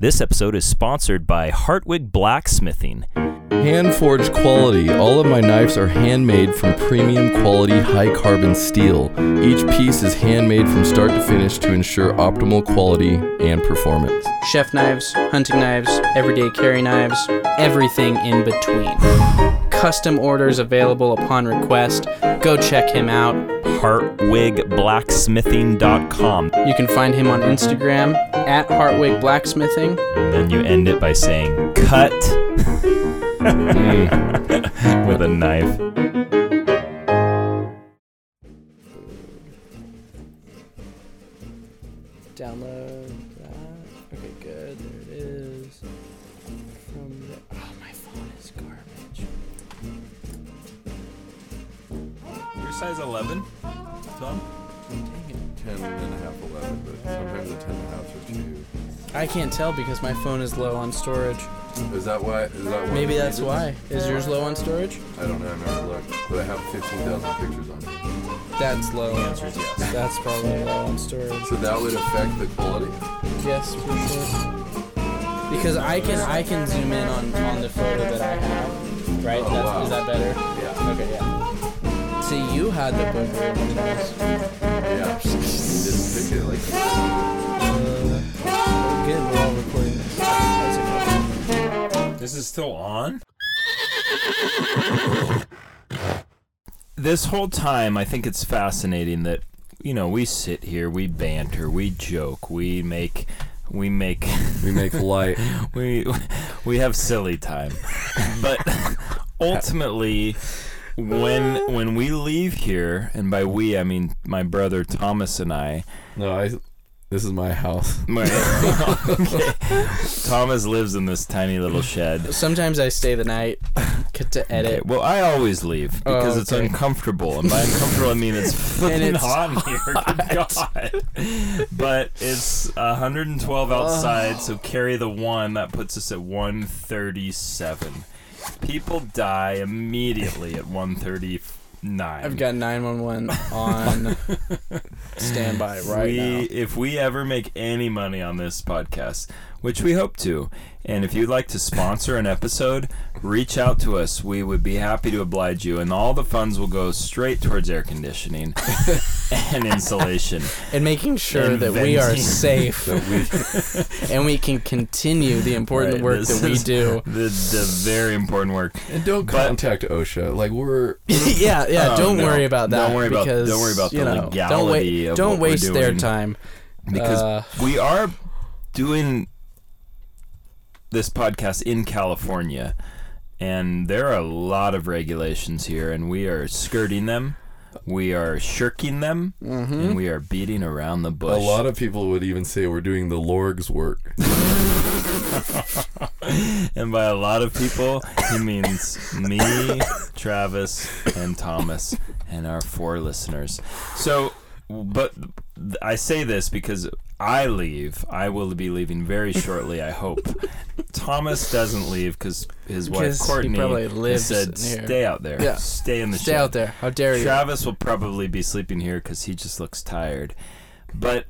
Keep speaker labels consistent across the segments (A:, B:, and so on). A: This episode is sponsored by Hartwig Blacksmithing.
B: Hand forged quality. All of my knives are handmade from premium quality high carbon steel. Each piece is handmade from start to finish to ensure optimal quality and performance.
C: chef knives, hunting knives, everyday carry knives, everything in between. Custom orders available upon request. Go check him out.
A: HartwigBlacksmithing.com.
C: You can find him on Instagram at Hartwig Blacksmithing.
A: Then you end it by saying cut
B: Mm.
A: with a knife.
C: Download that. Okay, good. There it is. From the- oh, my phone is garbage.
A: Your size 11, Tom?
B: 10 and a half, 11, but sometimes the 10 and a half is too.
C: I can't tell because my phone is low on storage.
B: Is that why? Is that why?
C: Maybe that's why. Is yours low on storage?
B: I don't know. I've never looked, but I have 15,000 pictures on it.
C: That's low.
A: The answer is yes.
C: That's probably low on storage.
B: So that would affect the quality.
C: Yes, for sure. Because I can I can zoom in on, on the photo that I have. Right?
B: Oh,
C: That's,
B: wow.
C: Is that better?
B: Yeah.
C: Okay, yeah. See, you had the book originals.
B: Yeah. Didn't pick it like
C: Uh, good, we're all recording this. That's enough.
A: This is still on? This whole time, I think it's fascinating that, you know, we sit here, we banter, we joke, we make. We make
B: We make light.
A: we we have silly time but ultimately when when we leave here and by we i mean my brother thomas and i
B: No, I. This is my house.
A: okay. thomas lives in this tiny little shed
C: Sometimes I stay the night get to
A: Okay,
C: edit.
A: well, I always leave
C: Oh,
A: because it's
C: okay.
A: uncomfortable, and by uncomfortable I mean it's fucking
C: it's
A: hot here. Good God. But it's 112 outside, so carry the one. That puts us at 137. People die immediately at 139.
C: I've got 911 on standby right
A: we,
C: now.
A: If we ever make any money on this podcast, which we hope to, and if you'd like to sponsor an episode, reach out to us. We would be happy to oblige you, and all the funds will go straight towards air conditioning and insulation.
C: And making sure
A: And
C: that we are
A: venting.
C: safe
B: That we
C: and we can continue the important
A: Right,
C: work
A: this
C: that we
A: is-
C: do.
A: The, the very important work.
B: And don't
A: But-
B: contact OSHA. Like we're
C: yeah, yeah.
A: Oh,
C: don't
A: no.
C: worry about that.
A: Don't worry about-
C: because,
A: don't worry about
C: you
A: the
C: know, Don't,
A: legality
C: wait,
A: of
C: don't
A: what we're
C: waste their
A: doing.
C: time.
A: because
C: Uh,
A: we are doing this podcast in California, and there are a lot of regulations here, and we are skirting them, we are shirking them, and we are beating around the
B: a
A: bush.
B: lot of people would even say we're doing the Lorg's work.
A: Oh, and by a lot of people, he means me, Travis, and Thomas, and our four listeners. So, but th- I say this because I leave. I will be leaving very shortly, I hope. Thomas doesn't leave because his wife
C: Because he
A: Courtney
C: probably lives
A: said,
C: near-
A: "Stay out there.
C: Yeah.
A: Stay in the
C: stay
A: shed."
C: out there. How dare you?
A: Travis will probably be sleeping here because he just looks tired. But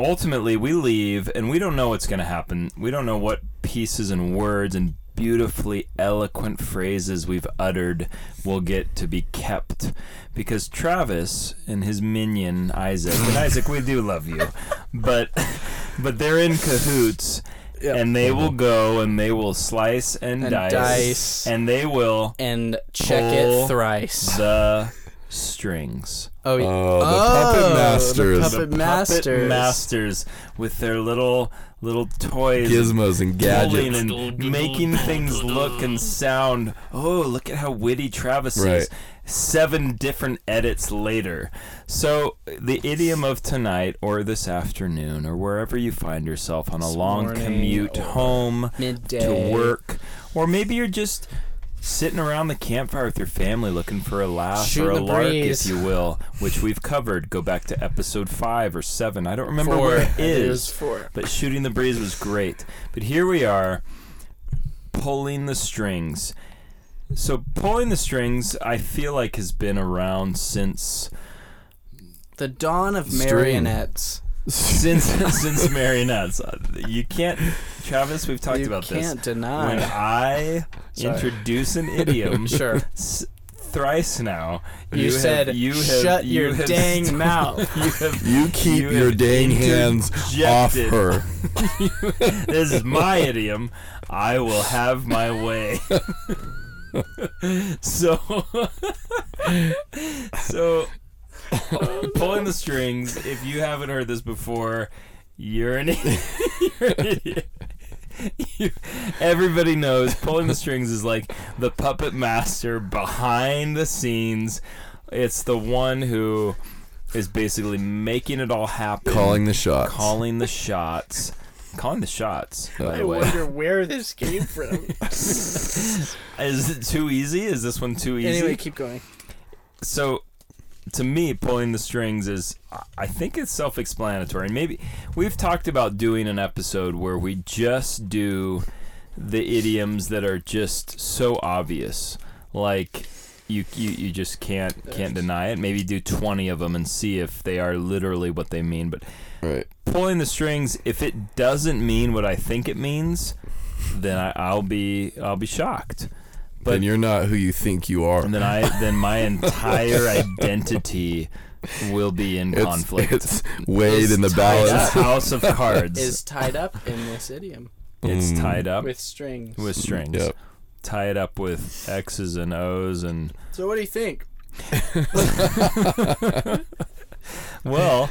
A: ultimately, we leave and we don't know what's going to happen. We don't know what pieces and words and beautifully eloquent phrases we've uttered will get to be kept because Travis and his minion Isaac and Isaac we do love you but but they're in cahoots
C: Yeah. Mm-hmm.
A: and they will go and they will slice and,
C: And
A: dice,
C: dice.
A: and they will
C: and check
A: Pull
C: it thrice.
A: the strings.
C: Oh, yeah.
B: Oh, the
C: Oh,
B: puppet
C: the
B: masters,
C: puppet-
A: Puppet
C: masters.
A: masters with their little little toys
B: gizmos, and
A: pulling
B: gadgets.
A: and making things look and sound. Oh, look at how witty Travis
B: Right.
A: is. Seven different edits later. So the idiom of tonight or this afternoon or wherever you find yourself on a
C: This
A: long
C: morning
A: commute
C: or
A: home
C: midday.
A: to work or maybe you're just sitting around the campfire with your family looking for a laugh or
C: Shooting
A: a
C: the
A: lark
C: breeze.
A: if you will which we've covered go back to episode 5 or 7 I don't remember
C: Four.
A: where
C: I
A: it
C: think it was
A: is
C: four.
A: but shooting the breeze was great but here we are pulling the strings so pulling the strings I feel like has been around since
C: The dawn of
B: String.
C: marionettes.
A: since since marionettes. Uh, You can't, Travis. We've talked
C: you
A: about this.
C: can't deny.
A: When I
C: Sorry.
A: introduce an idiom,
C: Sure.
A: s- thrice now,
C: You,
A: have-
C: said,
A: you have,
C: shut
A: you
C: your
A: have-
C: dang mouth.
A: You have
B: You keep
A: You
B: your
A: have
B: dang hands off
A: interjected.
B: her.
A: this is my idiom. I will have my way. so, so pulling the strings. If you haven't heard this before, you're an, i- you're an idiot. You- everybody knows pulling the strings is like the puppet master behind the scenes. It's the one who is basically making it all happen
B: Calling the shots.
A: calling the shots. Calling the shots, by
B: I
A: the way.
C: wonder where this came from.
A: Is it too easy? Is this one too easy?
C: anyway, keep going.
A: so to me, pulling the strings is, I- I think it's self explanatory. Maybe we've talked about doing an episode where we just do the idioms that are just so obvious. Like, you, you, you just can't can't deny it. Maybe do 20 of them and see if they are literally what they mean. But
B: Right.
A: pulling the strings if it doesn't mean what i think it means then I, i'll be i'll be shocked But-
B: then you're not who you think you are.
A: and then i then my entire identity will be in
B: It's,
A: conflict
B: it's weighed
C: It's
B: in the
C: tied
A: It's a
B: balance.
C: up.
A: house of cards
C: Is tied up in this idiom
A: it's
B: Mm.
A: tied up with,
C: with strings.
A: strings
B: Yep.
A: tie it up with x's and o's and
C: So what do you think?
A: well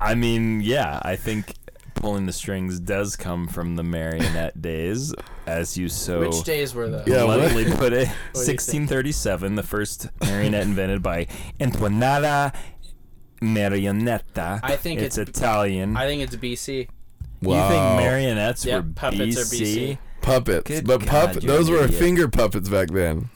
A: i mean yeah i think pulling the strings does come from the marionette days as you so
C: Which days were those?
B: Yeah, what-
A: lovingly put it.
C: What do you
A: 1637, the first marionette invented by Antonella Marionetta.
C: I think
A: it's,
C: it's-
A: Italian.
C: I think it's BC.
A: You think
B: Wow.
A: marionettes
C: Yep,
A: were
C: puppets are
A: BC?
C: BC.
B: puppets,
A: Good
B: but
A: God,
B: pup
A: you're an
B: those were
A: idiot.
B: finger puppets back then.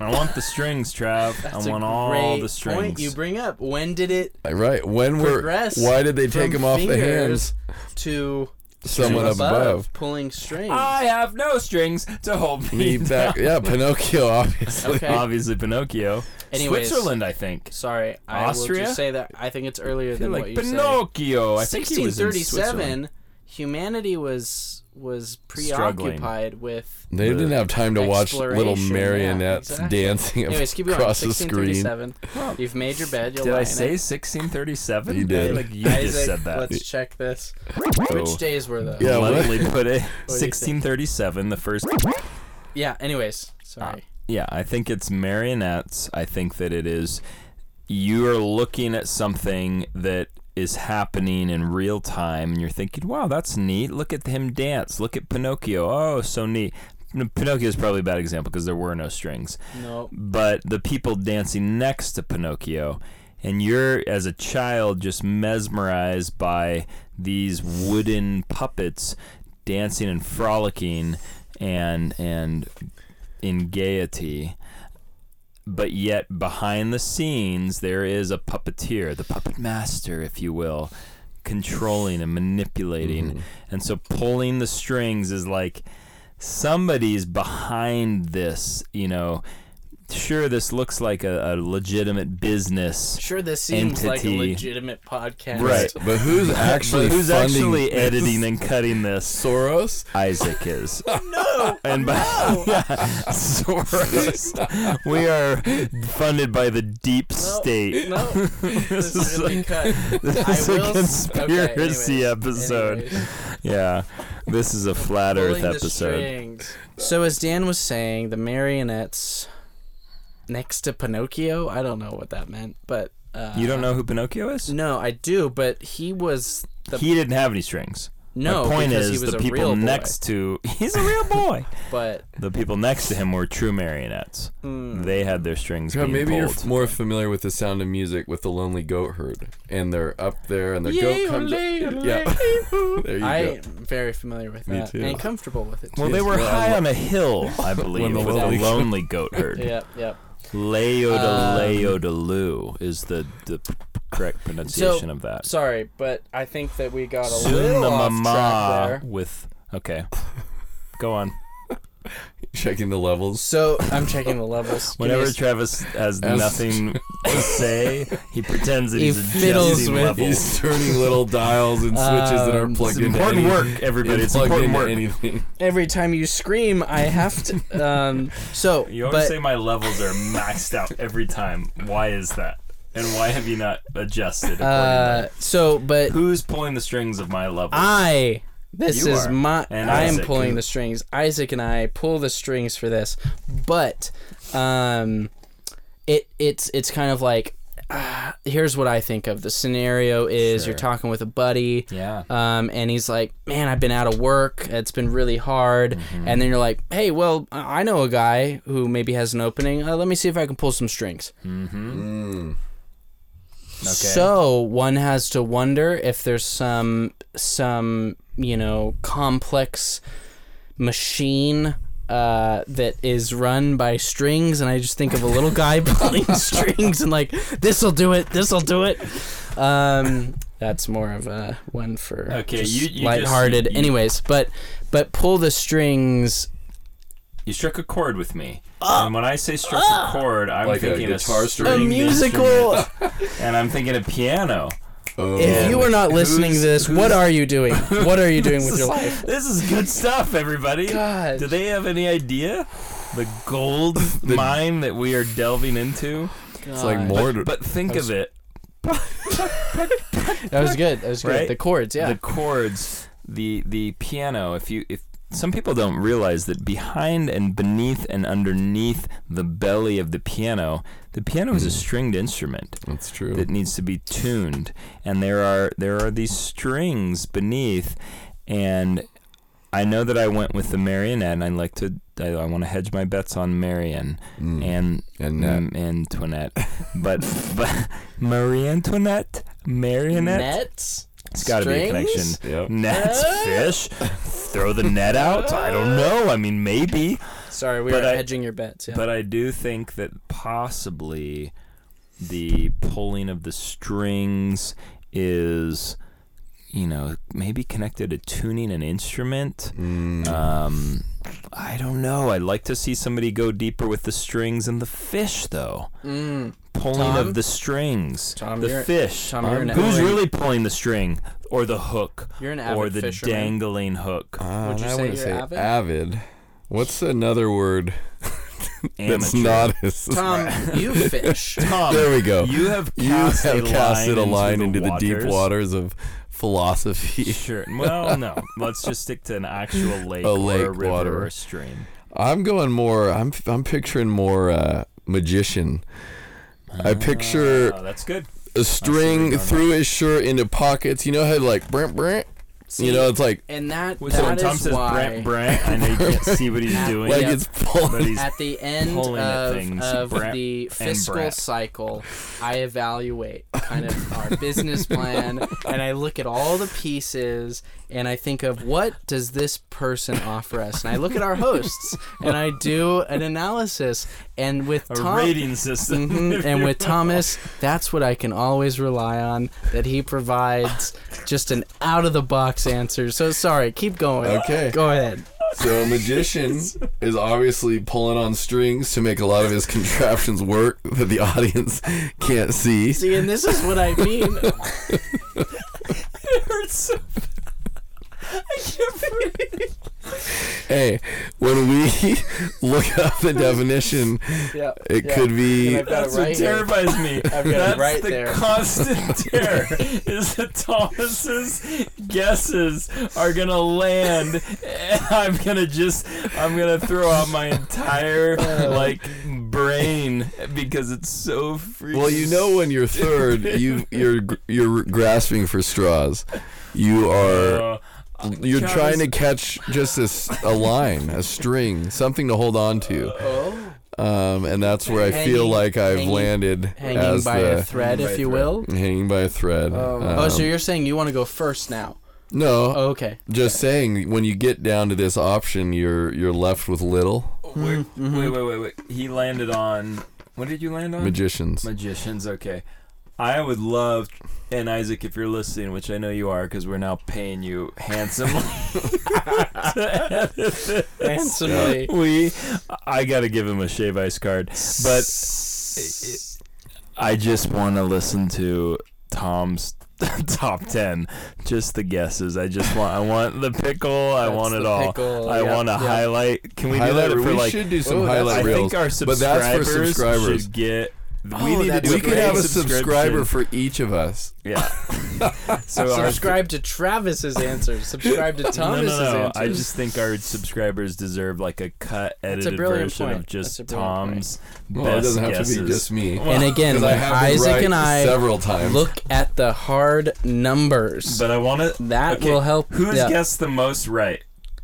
A: I want the strings, Trav.
C: That's
A: I want
C: a
A: all
C: great
A: the
C: point
A: strings.
C: you bring up. When did it
B: Right? When were?
C: Progress
B: Why did they take
C: from
B: them off the
C: fingers
B: hands?
C: to
B: Someone
C: to
B: up above.
C: pulling strings?
A: I have no strings to hold me
B: Me back. Yeah, Pinocchio, obviously.
C: okay.
A: Obviously, Pinocchio.
C: Anyways.
A: Switzerland, I think.
C: Sorry, I will
A: Austria?
C: just say that I think it's earlier
A: I feel
C: than
A: like
C: what you said.
A: Pinocchio. I think he was in
C: 1637, humanity was was
A: Struggling.
C: preoccupied with.
B: They didn't have time to watch little
C: Exploration, yeah,
B: marionettes
C: exactly.
B: dancing
C: Anyways, keep going.
B: across the screen.
C: 1637.
A: Switzerland.
C: You've made your bed. You'll
A: Did
C: lie
A: I
C: in
A: say
C: it.
A: 1637?
B: You did.
A: Like you just
C: Isaac,
A: said that. Oh.
C: Let's check this.
A: So-
C: Which days were those?
B: Yeah,
A: Yeah,
B: what-
A: lovely put it.
C: think?
A: 1637, the first.
C: Yeah, Anyways, sorry.
A: Yeah, I think it's marionettes. I think that it is. You're looking at something that is happening in real time, and you're thinking, wow, that's neat. Look at him dance. Look at Pinocchio. Oh, so neat. Pinocchio is probably a bad example because there were no strings
C: no.
A: but the people dancing next to Pinocchio, and you're as a child just mesmerized by these wooden puppets dancing and frolicking and and in gaiety. But yet behind the scenes there is a puppeteer, the puppet master, if you will, controlling and manipulating. And so pulling the strings is like somebody's behind this, you know. Sure, this looks like a, a legitimate business.
C: Sure, this seems like a
A: Entity.
C: legitimate podcast.
A: Right.
B: But who's actually
A: but who's
B: funding
A: actually
B: this?
A: editing and cutting this?
B: Soros?
A: Isaac is. no. And by Soros, we are funded by the deep state.
C: No, this is gonna be cut.
A: This
C: I
A: is a
C: will s- okay,
A: conspiracy
C: anyways,
A: episode.
C: anyways.
A: Yeah, this is a flat
C: Pulling
A: Earth
C: the
A: episode.
C: strings. So as Dan was saying, the marionettes next to Pinocchio. I don't know what that meant, but uh,
A: You don't know who Pinocchio is?
C: No, I do, but he was the
A: he didn't have any strings.
C: no.
A: My point
C: because
A: is,
C: he was
A: the
C: a real
A: people
C: boy,
A: next to he's a real boy.
C: But
A: the people next to him were true marionettes.
C: mm,
A: They had their strings.
B: God,
A: being
B: maybe you're
A: pulled.
B: f- more familiar with the sound of music with the Lonely Goat Herd, and they're up there, and their
C: Yay,
B: goat comes. up-
C: olé, olé,
B: yeah, there you
C: I
B: go.
C: am very familiar with
B: Me
C: that
B: too.
C: and comfortable with it.
A: Well,
C: Too.
A: they were
B: Well,
A: high
B: lo-
A: on a hill, I believe,
B: the
A: with a
B: lonely-
A: lonely goat herd.
C: Yep, yep. Um,
A: Leodaleu is the, the p- correct pronunciation of that.
C: Sorry, but I think that we got a
A: Soon
C: little
A: the
C: off track
A: mama
C: there.
A: with okay, go on.
B: Checking the levels.
C: So I'm checking the levels. Give me a
A: Whenever
C: s-
A: Travis has
B: As-
A: nothing to say, he pretends that
C: He
A: he's
C: fiddles
A: adjusting
C: with-
A: levels.
B: He's turning little dials and switches that aren't
C: Um,
B: plugged
A: It's
B: into
A: important
B: any-
A: work, everybody. It's
B: plugged
A: important
B: into
A: work.
B: anything.
C: every time you scream, I have to. Um, so,
A: You always
C: but
A: say my levels are maxed out every time. Why is that? And why have you not adjusted?
C: uh,
A: accordingly?
C: so, but
A: Who's pulling the strings of my levels?
C: I. This
A: You
C: is
A: are.
C: my.
A: And
C: I am
A: Isaac.
C: pulling the strings. Isaac and I pull the strings for this, but um, it it's it's kind of like. Uh, here's what I think of the scenario is you're
A: Sure.
C: talking with a buddy.
A: yeah.
C: Um, and he's like, "Man, I've been out of work. It's been really hard." And then you're like, "Hey, well, I I know a guy who maybe has an opening. Uh, let me see if I can pull some strings."
A: Okay.
C: So one has to wonder if there's some some you know complex machine uh, that is run by strings, and I just think of a little guy pulling strings and like this'll do it, this'll do it. Um, that's more of a one for
A: Okay,
C: just
A: you- you just-
C: lighthearted.
A: you- you-
C: Anyways, but but pull the strings.
A: you struck a chord with me, and when I say struck a chord, I'm
B: Like a
A: thinking
B: guitar string?
C: Uh, A
A: stringed
C: musical.
A: instrument, and I'm thinking a piano.
B: Oh.
C: If you are not listening to
A: Who's-
C: this, what are you doing? What are you doing with your life?
A: This is good stuff, everybody.
C: God.
A: Do they have any idea the gold mine that we are delving into?
B: it's like
C: God.
B: more.
A: But think of it,
C: That was good. That was good.
A: Right?
C: The chords, yeah.
A: the chords, the the piano. If you if some people don't realize that behind and beneath and underneath the belly of the piano, the piano
C: Hmm.
A: is a stringed instrument.
B: that's true.
A: that needs to be tuned and there are there are these strings beneath and I know that I went with the marionette and I like to I, I want to hedge my bets on Marion
B: Mm.
A: and
B: and that.
A: mm, Antoinette but but Marie Antoinette marionette
C: Nets?
A: it's got to be a connection
C: Strings?
B: Yep.
A: nets
C: Uh.
A: fish throw the net out I don't know I mean maybe
C: Sorry, we
A: But
C: were
A: I-
C: hedging your bets. Yeah.
A: but I do think that possibly the pulling of the strings is, you know, maybe connected to tuning an instrument.
B: Mm.
A: Um, I don't know. I'd like to see somebody go deeper with the strings and the fish, though.
C: Mm.
A: Pulling
C: Tom?
A: of the strings,
C: Tom,
A: the
C: you're-
A: fish.
C: Tom, you're an
A: Who's
C: avid-
A: really pulling the string or the hook
C: You're an avid
A: or the
C: fisherman.
A: dangling hook?
B: Ah,
C: Would you
B: and I
C: say
B: wouldn't
C: you're
B: say
C: avid?
B: avid. What's another word that's
A: Amateur.
B: not? as-
C: Tom, you fish.
A: Tom,
B: There we go.
A: You have
B: You
A: cast
B: have
A: a
B: casted
A: line
B: a line
A: into
B: into the, deep
A: waters.
B: waters of philosophy.
A: Sure. Well, no. Let's just stick to an actual lake,
B: A
A: or
B: lake
A: a river
B: water.
A: or a stream.
B: I'm going more. I'm I'm picturing more uh, magician. I picture
A: Oh, that's good.
B: a
A: you're
B: string
A: going.
B: through his shirt into pockets. You know how like brant brant.
C: See,
B: You know it's like
C: and that,
A: So when
C: that
A: Tom
C: is
A: says
C: why
A: Brant, Brant, I know you can't see what he's doing,
B: like
C: Yep.
B: it's
A: but
B: pulling.
A: he's
C: at the end
A: pulling at
C: of,
A: things,
C: of
A: Brant
C: the
A: and
C: fiscal
A: Brant.
C: cycle, I evaluate kind of our business plan and I look at all the pieces and I think of what does this person offer us? And I look at our hosts and I do an analysis and with
A: a
C: Tom
A: rating system.
C: Mhm,
A: if
C: And
A: you
C: with
A: will.
C: Thomas, that's what I can always rely on. That he provides just an out of the box answer. So sorry, keep going.
B: Okay.
C: go ahead.
B: So a magician is obviously pulling on strings to make a lot of his contraptions work that the audience can't see.
C: See, and this is what I mean.
A: it hurts so bad. I can't breathe.
B: Hey, when we look up the definition,
C: yeah,
B: it
C: yeah.
B: could be
C: And I've got it
A: That's
C: right
A: what
C: here.
A: terrifies me.
C: got it
A: That's
C: right
A: the
C: there.
A: constant terror is that Thomas's guesses are gonna land, and I'm gonna just I'm gonna throw out my entire
C: Uh.
A: like brain because it's so freaking.
B: Well, you know when you're third, you you're you're grasping for straws. You are
A: Uh,
B: you're
A: Travis-
B: trying to catch just a, s- a line, a string, something to hold on to.
C: Oh,
B: Um, and that's where I feel
C: Hanging-
B: like I've
C: hanging-
B: landed
C: hanging
B: as
C: by
B: the
C: a thread,
A: Hanging by
C: if
A: a
C: you
A: thread.
C: will.
B: hanging by a thread.
C: oh,
B: Um,
C: so you're saying you want to go first now?
B: no,
C: Oh, okay.
B: just saying when you get down to this option, you're you're left with little
A: wait, wait, wait, wait, wait. He landed on. What did you land on?
B: magicians.
A: Magicians, okay. I would love, and Isaac, if you're listening, which I know you are, because we're now paying you handsomely.
C: handsomely.
A: we I gotta give him a shave ice card, but I just want to listen to Tom's top ten. Just the guesses. I just want. I want the pickle. I
C: That's
A: want it
C: the
A: all.
C: pickle,
A: I
C: yeah,
A: want to
C: yeah.
A: highlight. Can we
B: Highlight-
A: do that for
B: we
A: like? oh,
B: should do some
C: Ooh, that's-
A: I
B: highlight reels.
A: think our
B: but
A: subscribers,
B: that's for subscribers.
A: should get. we
C: Oh,
A: need to
C: that's
A: do
B: We
C: a
B: could
C: great
B: have a
A: subscription.
B: subscriber for each of us.
A: Yeah. so our
C: Subscribe to Travis's answers. Subscribe to
A: No, no,
C: Thomas's
A: no.
C: answers.
A: I just think our subscribers deserve like a cut
C: a
A: edited
C: brilliant
A: version
C: point.
A: of just
C: That's a brilliant
A: Tom's
B: Well, it
A: best
B: doesn't have
A: guesses.
B: to be just me.
A: Well,
C: and again,
B: 'Cause I
C: when
B: have been
C: Isaac
B: right
C: and I
B: several times.
C: look at the hard numbers,
A: But I want to.
C: that will help.
A: Who's
C: yeah,
A: guessed the most right?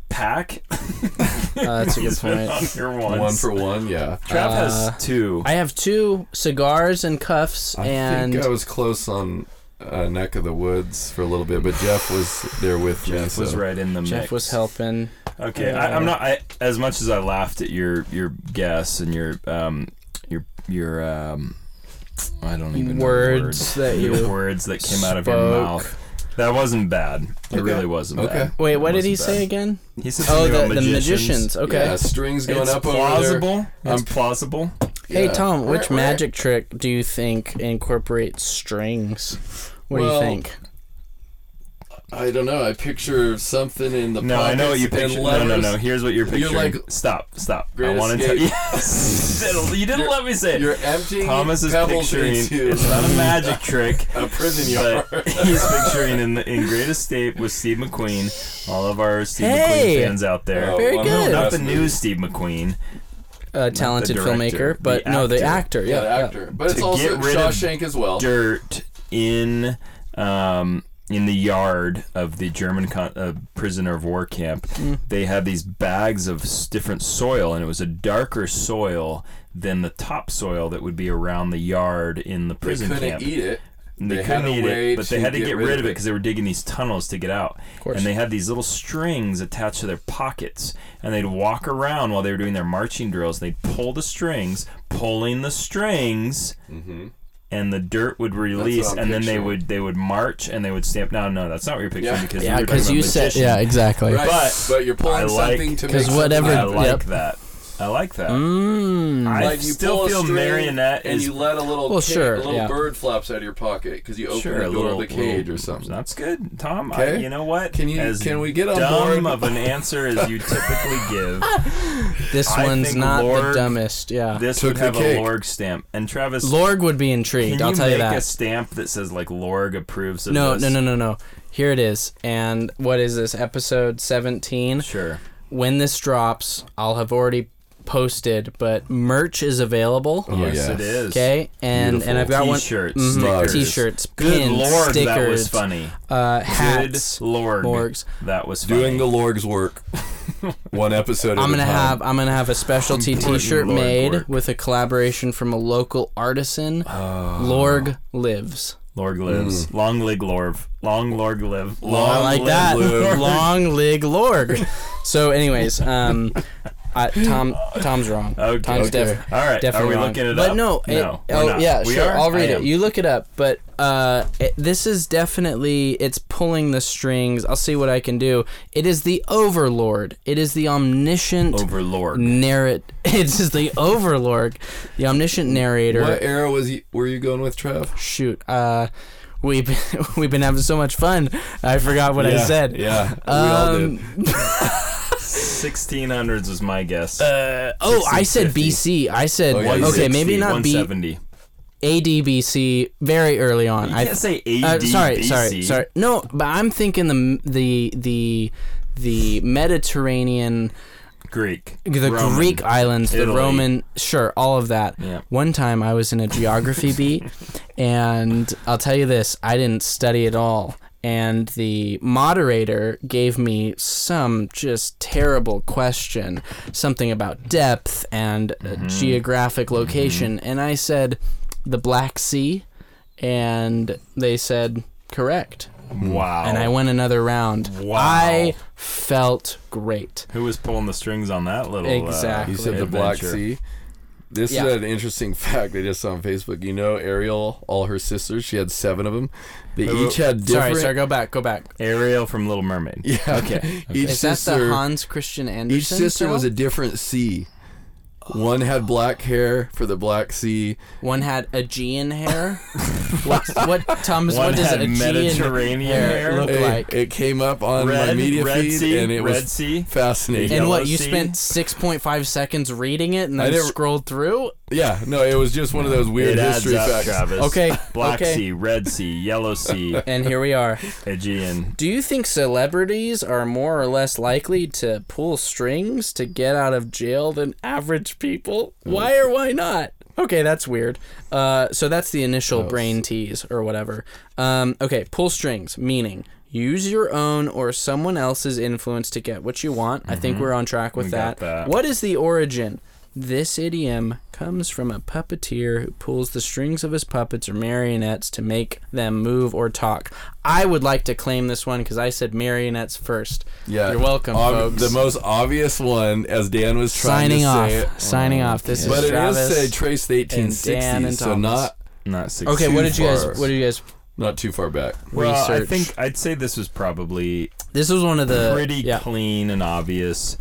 A: Pack.
C: uh, that's a good
A: He's been on
C: point.
A: here
B: one
A: once.
B: for one, yeah.
A: Trav
C: Uh,
A: has two.
C: I have two cigars and cuffs,
B: I
C: and
B: think I was close on uh, neck of the woods for a little bit, but Jeff was there with me.
A: Jeff was
B: so-
A: right in the mix.
C: Jeff was helping.
A: Okay, I, I'm not. I, as much as I laughed at your your guess and your um your your um I don't even know the
C: Words
A: words
C: that
A: your
C: you
A: words that came out of your
C: spoke.
A: mouth. That wasn't bad. It
B: Okay.
A: really wasn't
B: Okay.
A: bad.
C: Wait, what
A: It
C: did he
A: wasn't
C: say
A: bad.
C: again?
A: He said
C: Oh,
A: something
C: the,
A: about
C: the magicians. Okay.
B: Yeah, strings going
A: It's
B: up over
A: plausible.
B: there.
A: It's
B: I'm-
A: plausible.
B: there.
C: Hey
B: Yeah.
C: Tom,
B: Right,
C: which
B: right.
C: magic trick do you think incorporates strings? What do
B: Well,
C: you think?
B: I don't know. I picture something in the
A: No, I know what you
B: pockets and
A: pictured. No, no,
B: levers.
A: no. Here's what you're
B: You're
A: picturing.
B: like-
A: stop, stop. I
B: Great
A: want to tell
B: Escape.
A: Yes. you didn't let me say it.
B: You're emptying
A: Thomas is
B: pebbles
A: picturing.
B: into
A: It's not a magic trick.
B: a prison yard.
A: But he's picturing in the in Great Escape with Steve McQueen. All of our Steve
C: Hey!
A: McQueen fans out there.
B: Oh,
C: Very
B: one
C: good.
B: of
A: Not
B: best
A: the new
B: movies.
A: Steve McQueen.
C: A talented
A: director,
C: filmmaker, but
A: the
C: no, the
A: actor.
C: actor.
B: Yeah,
C: Yeah,
B: the actor. But it's
A: To
B: also
A: get rid of
B: Shawshank as well.
A: Dirt in um, in the yard of the German con- uh, prisoner of war camp.
C: Mm.
A: They had these bags of s- different soil, and it was a darker soil than the topsoil that would be around the yard in the
B: They
A: prison
B: couldn't
A: camp.
B: eat it.
A: And they,
B: They had
A: couldn't
B: a
A: eat
B: way
A: it, but they
B: to
A: had to
B: get
A: get
B: rid
A: rid
B: of
A: of it
B: it.
A: because they were digging these tunnels to get out.
C: course.
A: And they had these little strings attached to their pockets, and they'd walk around while they were doing their marching drills. They'd pull the strings, pulling the strings, and the dirt would release,
B: Mm-hmm. I'm
A: and then they
B: picturing.
A: would they would march and they would stamp. No, no, that's not what you're picturing
B: Yeah.
A: because
C: yeah,
A: you, were talking
C: because you,
A: about
C: said
A: magicians.
C: yeah, exactly.
B: Right.
A: But
B: But you're pulling
A: I like-
B: something to make
C: 'cause
B: something
C: whatever-
A: I
B: happen.
A: like
C: Yep.
A: that. I like that.
C: Mm.
A: I
B: Like you
A: still
B: pull a
A: feel
B: string
A: marionette
B: and
A: is
B: you let a little
C: Well,
B: ca-
C: sure,
B: a little
C: yeah.
B: bird flaps out of your pocket because you open
A: Sure,
B: the
A: a
B: door
A: little-
B: of the cage
A: little-
B: or something.
A: That's good, Tom. I,
B: Okay.
A: you know what?
B: Can you-
A: As
B: can we get on
A: dumb
B: board?
A: of an answer as you typically give?
C: This
A: I
C: one's
A: think
C: not the
A: Lorg-
C: dumbest. Yeah,
A: This
B: Took
A: would
B: the
A: have a
B: cake.
A: Lorg stamp. And Travis,
C: Lorg would be intrigued.
A: can
C: I'll
A: you
C: tell
A: make
C: you that.
A: a stamp that says like Lorg approves of
C: no,
A: this?
C: no, no, no, no. Here it is. And what is this? Episode seventeen.
A: Sure.
C: When this drops, I'll have already posted, but merch is available.
B: Oh,
A: yes,
B: yes.
A: it is.
C: Okay, and
A: Beautiful.
C: and I've got
A: T-shirts,
C: one Mhm.
A: stickers.
C: T-shirts,
A: Good
C: pins,
A: Lord,
C: stickers,
A: that was funny.
C: Uh,
A: Good
C: hats.
A: Lord,
C: Lorgs.
A: that was funny.
B: Doing the Lord's work. One episode at
C: I'm
B: a
C: gonna
B: time.
C: have I'm gonna have a specialty
A: Important
C: T-shirt
A: Lorg
C: made
A: work.
C: with a collaboration from a local artisan.
A: Oh.
C: Lorg lives.
A: Lorg lives.
B: Mm.
A: Long lig Lorv. Long Lorg live. Long
C: I like
A: live
C: that.
A: Lorg.
C: Long lig Lorg. so, anyways, um, I, Tom Tom's wrong.
A: Okay.
C: Tom's
A: Okay.
C: def-
A: All right.
C: definitely
A: Are we
C: wrong.
A: looking it
C: but
A: up?
C: no, it-
A: no. we're
C: oh
A: not.
C: yeah,
A: We
C: sure.
A: are?
C: I'll read
A: I
C: it.
A: am.
C: You look it up. But uh, it, this is definitely it's pulling the strings. I'll see what I can do. It is the Overlord. It is the omniscient.
A: Overlord.
C: narrate it's just the overlord the omniscient narrator
B: What era was you, were you going with, Trev?
C: shoot uh we've been, we've been having so much fun i forgot what i said
B: Yeah, we all
C: um
B: did.
A: 1600s was my guess.
C: uh, oh i said
A: 1650.
C: bc i said
B: Oh, yeah, you
C: okay
B: said
C: maybe not b
A: 170.
C: adbc very early on
A: You
C: i
A: can't say E AD.
C: uh, sorry sorry
A: BC.
C: sorry no but i'm thinking the the the the mediterranean
A: Greek.
C: the
A: Roman.
C: Greek islands, the
A: Italy.
C: Roman, sure, all of that.
A: Yeah.
C: One time I was in a geography beat, and I'll tell you this I didn't study at all. And the moderator gave me some just terrible question, something about depth and uh,
B: Mm-hmm.
C: geographic location. And I said, the Black Sea. And they said, correct.
B: Hmm.
A: Wow.
C: And I
B: Oh.
C: went another round.
A: Wow.
C: I felt great.
A: Who was pulling the strings on that little? uh,
C: Exactly.
B: You said the Black
A: adventure?
B: Sea. This
C: Yeah.
B: is an interesting fact I just saw on Facebook. You know, Ariel, all her sisters, she had seven of them. They
A: Wait, wait,
B: each had
C: Sorry,
B: different.
C: sorry. Go back. Go back.
A: Ariel from Little Mermaid.
B: Yeah.
A: Okay.
B: Each
C: Is that
B: sister.
C: the Hans Christian Andersen?
B: each sister was
C: show?
B: a different sea. One had black hair for the Black Sea.
C: One had Aegean hair. what? What? Thomas?
A: One
C: what does
A: had
C: Aegean
A: Mediterranean hair.
C: look
B: Hey,
C: like?
B: it came up on my
A: Red,
B: media
A: Red
B: feed,
A: Sea,
B: and it
A: Red
B: was
A: Sea.
B: fascinating.
C: And what?
A: Yellow
C: You
A: sea.
C: spent six point five seconds reading it and
B: I
C: then
B: never-
C: scrolled through.
B: yeah, no, it was just one of those weird
A: it adds
B: history
A: up,
B: facts.
A: Travis.
C: Okay,
A: Black
C: okay.
A: Sea, Red Sea, Yellow Sea,
C: And here we are.
A: Aegean.
C: Do you think celebrities are more or less likely to pull strings to get out of jail than average people? Why or why not? Okay, that's weird. Uh, so that's the initial brain tease or whatever. Um, okay, pull strings, meaning use your own or someone else's influence to get what you want. I think we're on track with
A: Mm-hmm. got
C: that.
A: that.
C: What is the origin? This idiom comes from a puppeteer who pulls the strings of his puppets or marionettes to make them move or talk. I would like to claim this one because I said marionettes first.
B: Yeah,
C: You're welcome,
B: Ob-
C: folks.
B: The most obvious one, as Dan was trying
C: Signing
B: to
C: off.
B: say it.
A: Oh,
C: Signing off. This
B: But
C: is
B: it
C: Travis.
B: is say traced to
C: Dan and
B: 1860s, so
C: Thomas.
B: not
A: Not six.
C: okay,
B: too
C: what did you guys?
B: far.
C: What did you guys?
B: not too far back.
A: Well, I
C: research.
A: think I'd say this was probably
C: This was one of the
A: pretty
C: yeah,
A: clean and obvious.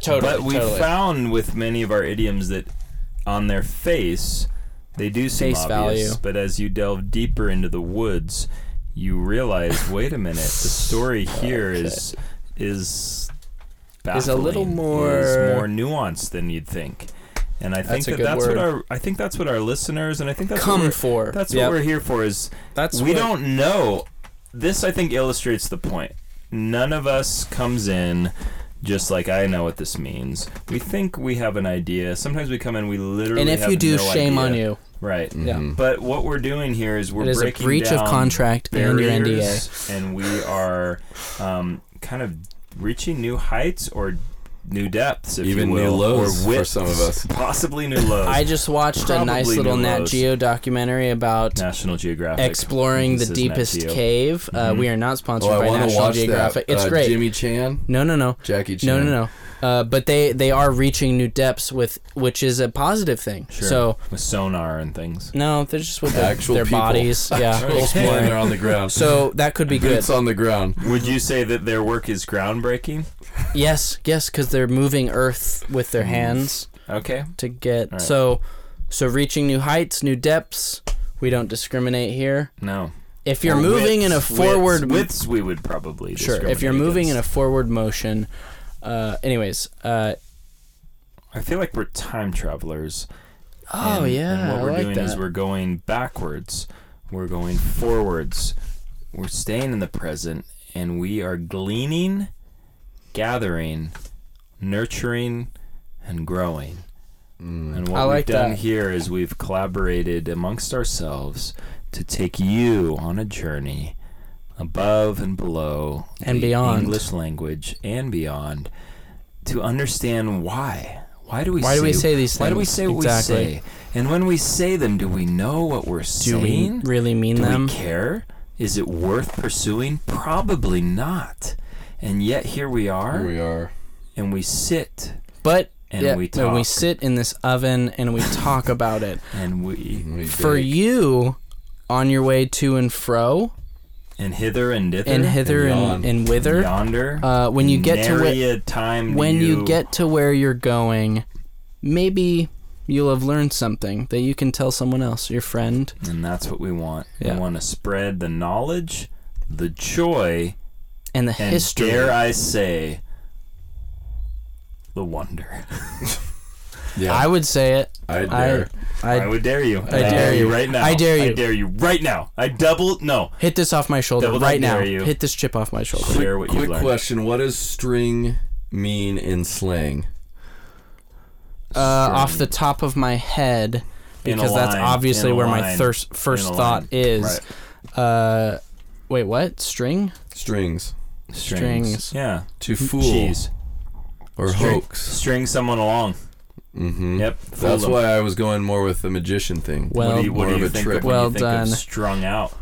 C: totally.
A: but we
C: totally.
A: found with many of our idioms that on their face they do seem
C: Face
A: obvious,
C: value.
A: but as you delve deeper into the woods, you realize, wait a minute, the story here is is
C: Oh, Is a little
A: baffling,
C: more-
A: is more nuanced than you'd think. And I think
C: That's a
A: that
C: good
A: that's
C: word.
A: what our I think that's what our listeners and I think that's what
C: Come
A: we're-
C: for.
A: that's
C: Yep.
A: what we're here for is
C: That's
A: we
C: what-
A: don't know. This I think illustrates the point. None of us comes in just like I know what this means. We think we have an idea. Sometimes we come in, we literally.
C: And if
A: have
C: you do,
A: no
C: shame
A: idea.
C: on you.
A: Right.
C: Yeah.
B: Mm-hmm.
A: But what we're doing here is we're
C: It is a
A: breaking
C: breach of
A: down
C: contract and your NDA.
A: barriers, and we are um, kind of reaching new heights or new depths, if
B: Even
A: you
B: new
A: will,
B: lows
A: or
B: for
A: widths,
B: some of us.
A: Possibly new lows.
C: I just watched a nice
A: Probably
C: little
A: new
C: Nat
A: lows.
C: Geo documentary about
A: National Geographic
C: exploring the
A: This is Nat
C: deepest
A: Geo.
C: cave. Uh, we are not
B: Oh,
C: sponsored
B: I
C: by
B: want to
C: National
B: watch
C: Geographic.
B: that.
C: it's
B: uh,
C: great.
B: Jimmy Chan,
C: no, no, no.
B: Jackie Chan.
C: No, no, no. Uh, but they they are reaching new depths with which is a positive thing.
A: Sure.
C: So
A: with sonar and things.
C: no, they're just with their,
B: Actual
C: their
B: people.
C: bodies. Yeah.
B: Full spine, they're on the ground.
C: so that could be good.
B: Boots on the ground.
A: Would you say that their work is groundbreaking?
C: Yes, yes, because they're moving Earth with
B: Mm.
C: their hands
A: Okay.
C: to get
A: All right.
C: so so reaching new heights, new depths. We don't discriminate here.
A: No.
C: If you're
A: Or
C: moving in a
A: widths,
C: forward
A: widths, widths we would probably
C: sure if you're moving in a forward motion uh anyways uh
A: I feel like we're time travelers.
C: oh
A: and-
C: yeah
A: And what we're
C: I like
A: doing
C: that.
A: is is we're going backwards. We're going forwards. We're staying in the present, and we are gleaning, gathering, nurturing, and growing. And what
C: Mm. I like
A: we've done
C: that.
A: here is we've collaborated amongst ourselves to take you on a journey above and below
C: And
A: the
C: beyond.
A: English language and beyond to understand why. Why do we
C: Why
A: say,
C: do we say these
A: Why do we
C: things?
A: say what
C: Exactly.
A: we say? And when we say them, do we know what we're
C: do we
A: saying?
C: really mean
A: do
C: them
A: we care? Is it worth pursuing? Probably not. And yet here we are,
B: Here we are.
A: and we sit,
C: but
A: And
C: yeah,
A: we
C: when we
A: talk.
C: sit in this oven and we talk about it
A: and we
B: We
C: for
B: bake.
C: you on your way to and fro
A: and hither and thither
C: and hither and,
B: yawn.
C: and whither
A: yonder.
C: uh, when you get to
A: nary
C: where
A: a time do
C: when
A: you,
C: you get to where you're going maybe you'll have learned something that you can tell someone else your friend
A: and that's what we want.
C: Yeah.
A: We want to spread the knowledge, the joy,
C: and the
A: and
C: history
A: dare I say, the wonder.
B: Yeah,
C: i would say it
B: I
C: I,
B: dare.
A: I,
C: I
A: would dare you. I
C: dare you.
A: right now.
C: I dare you.
A: I dare you right now. I double no.
C: hit this off my shoulder
A: Double
C: right now.
A: dare you.
C: Hit this chip off my shoulder.
A: Share what you
B: Quick
A: learned.
B: question: What does string mean in slang?
C: Uh, off the top of my head,
A: In a
C: because that's
A: line,
C: obviously
A: in a
C: where my
A: line,
C: thirst, first
A: in a
C: thought
A: line.
C: is. Uh, wait, what? String?
B: Strings
A: Strings.
C: Strings.
A: Yeah.
B: to fool
A: Jeez.
B: or
A: String-
B: hoax.
A: String someone along.
C: Hmm.
B: Mm-hmm.
A: Yep. fool
B: That's
A: them.
B: why I was going more with the magician thing.
C: Well-
A: What do you, what
B: More
A: do you
B: of a
A: think
B: trick.
A: of when
C: Well
A: you think
C: done.
A: Of strung out.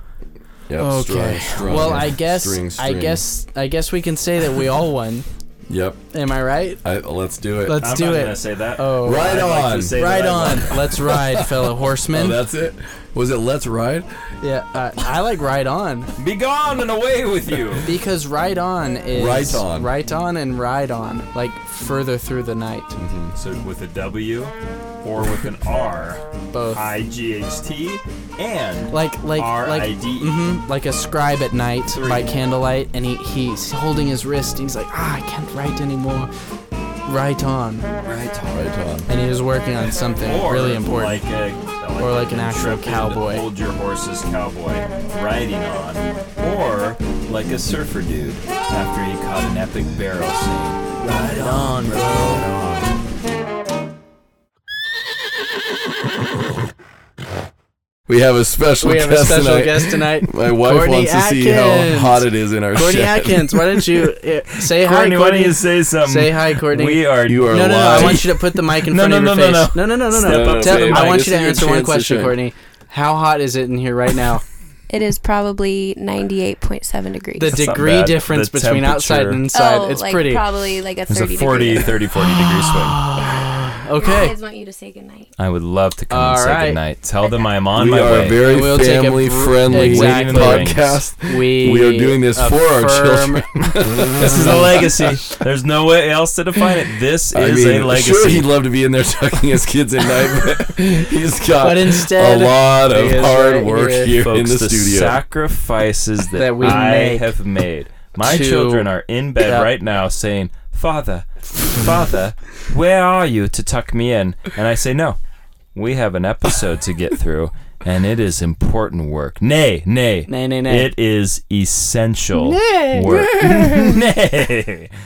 B: Yep,
C: okay.
B: strung, strung,
C: well, I guess
B: string,
C: I
B: string.
C: guess I guess we can say that we all won.
B: Yep.
C: Am I right?
B: I, let's do it.
C: Let's
A: I'm
C: do
A: not
C: it.
A: gonna say that.
C: Oh,
B: Right
A: I'd like to
B: on.
A: say that
C: right
A: I like-
C: on. Let's ride, fellow
B: oh,
C: horsemen.
B: that's it. Was it Let's Ride?
C: yeah, uh, I like right on
A: Be gone and away with you.
C: because right on is
B: Right on.
C: right on, and ride on, like further through the night.
A: so with a W or with an R,
C: Both.
A: I G H T and
C: like like
A: R
C: like
A: I D E.
C: mhm, like a scribe at night
A: Three.
C: by candlelight and he, he's holding his wrist and he's like ah i can't write anymore right on
A: right on.
B: Right on.
C: and he was working on something
A: Or
C: really important
A: Like a, like
C: Or like an actual
A: intrepid
C: cowboy.
A: Hold your horses, cowboy, riding on. Or like a surfer dude after he caught an epic barrel scene. Ride on, bro.
B: We have a special
C: we have a
B: guest
C: special
B: tonight.
C: guest tonight
B: My wife
C: Courtney
B: wants to see how
C: Atkins.
B: hot it is in our
C: courtney
B: shed.
C: atkins why don't you uh,
A: Courtney,
C: say hi
A: why don't
C: courtney
A: you say something?
C: say hi courtney
A: We are.
B: You are
C: no, no, no!
B: lying.
C: I want you to put the mic in
A: No,
C: front
A: no,
C: of
A: no,
C: your
A: no,
C: face. No, no, no, no, no!
A: Step up
C: Tell
A: to the
C: them- I
A: mic.
C: want
B: This
C: you to
B: is your
C: answer one
B: chance to
C: question,
B: shine.
C: Courtney. How hot is it in here right now?
D: It is probably 98.7 degrees. Oh,
C: The
A: not
C: degree
A: bad.
C: difference
A: The
C: between outside and
A: temperature-
C: inside. it's
D: like
C: pretty.
D: probably like a
A: It's
D: 30
A: a 40,
D: degree.
A: 30, 40 degree swing.
D: My
C: okay.
D: kids want you to say goodnight.
A: I would love to come
C: All
A: and say
C: right.
A: goodnight. Tell them I am on
B: we
A: my
B: are
A: way.
B: a very
C: We'll take a br-
B: family friendly
C: Exactly.
B: podcast.
C: We,
B: We are doing this for our children.
A: this is a legacy. There's no way else to define it. This is
B: I mean,
A: a legacy.
B: sure, he'd love to be in there tucking his kids at night, but he's got
C: But instead,
B: a lot of
C: he is
B: hard
C: right
B: work
C: here.
B: here, in
A: Folks,
B: the, studio.
A: sacrifices that,
C: That we
A: I
C: make
A: have made. My
C: to-
A: children are in bed
C: Yeah.
A: right now saying, Father, Father, where are you to tuck me in? And I say, No, we have an episode to get through, and it is important work. Nay, nay.
C: Nay, nay, nay.
A: It is essential work. nay.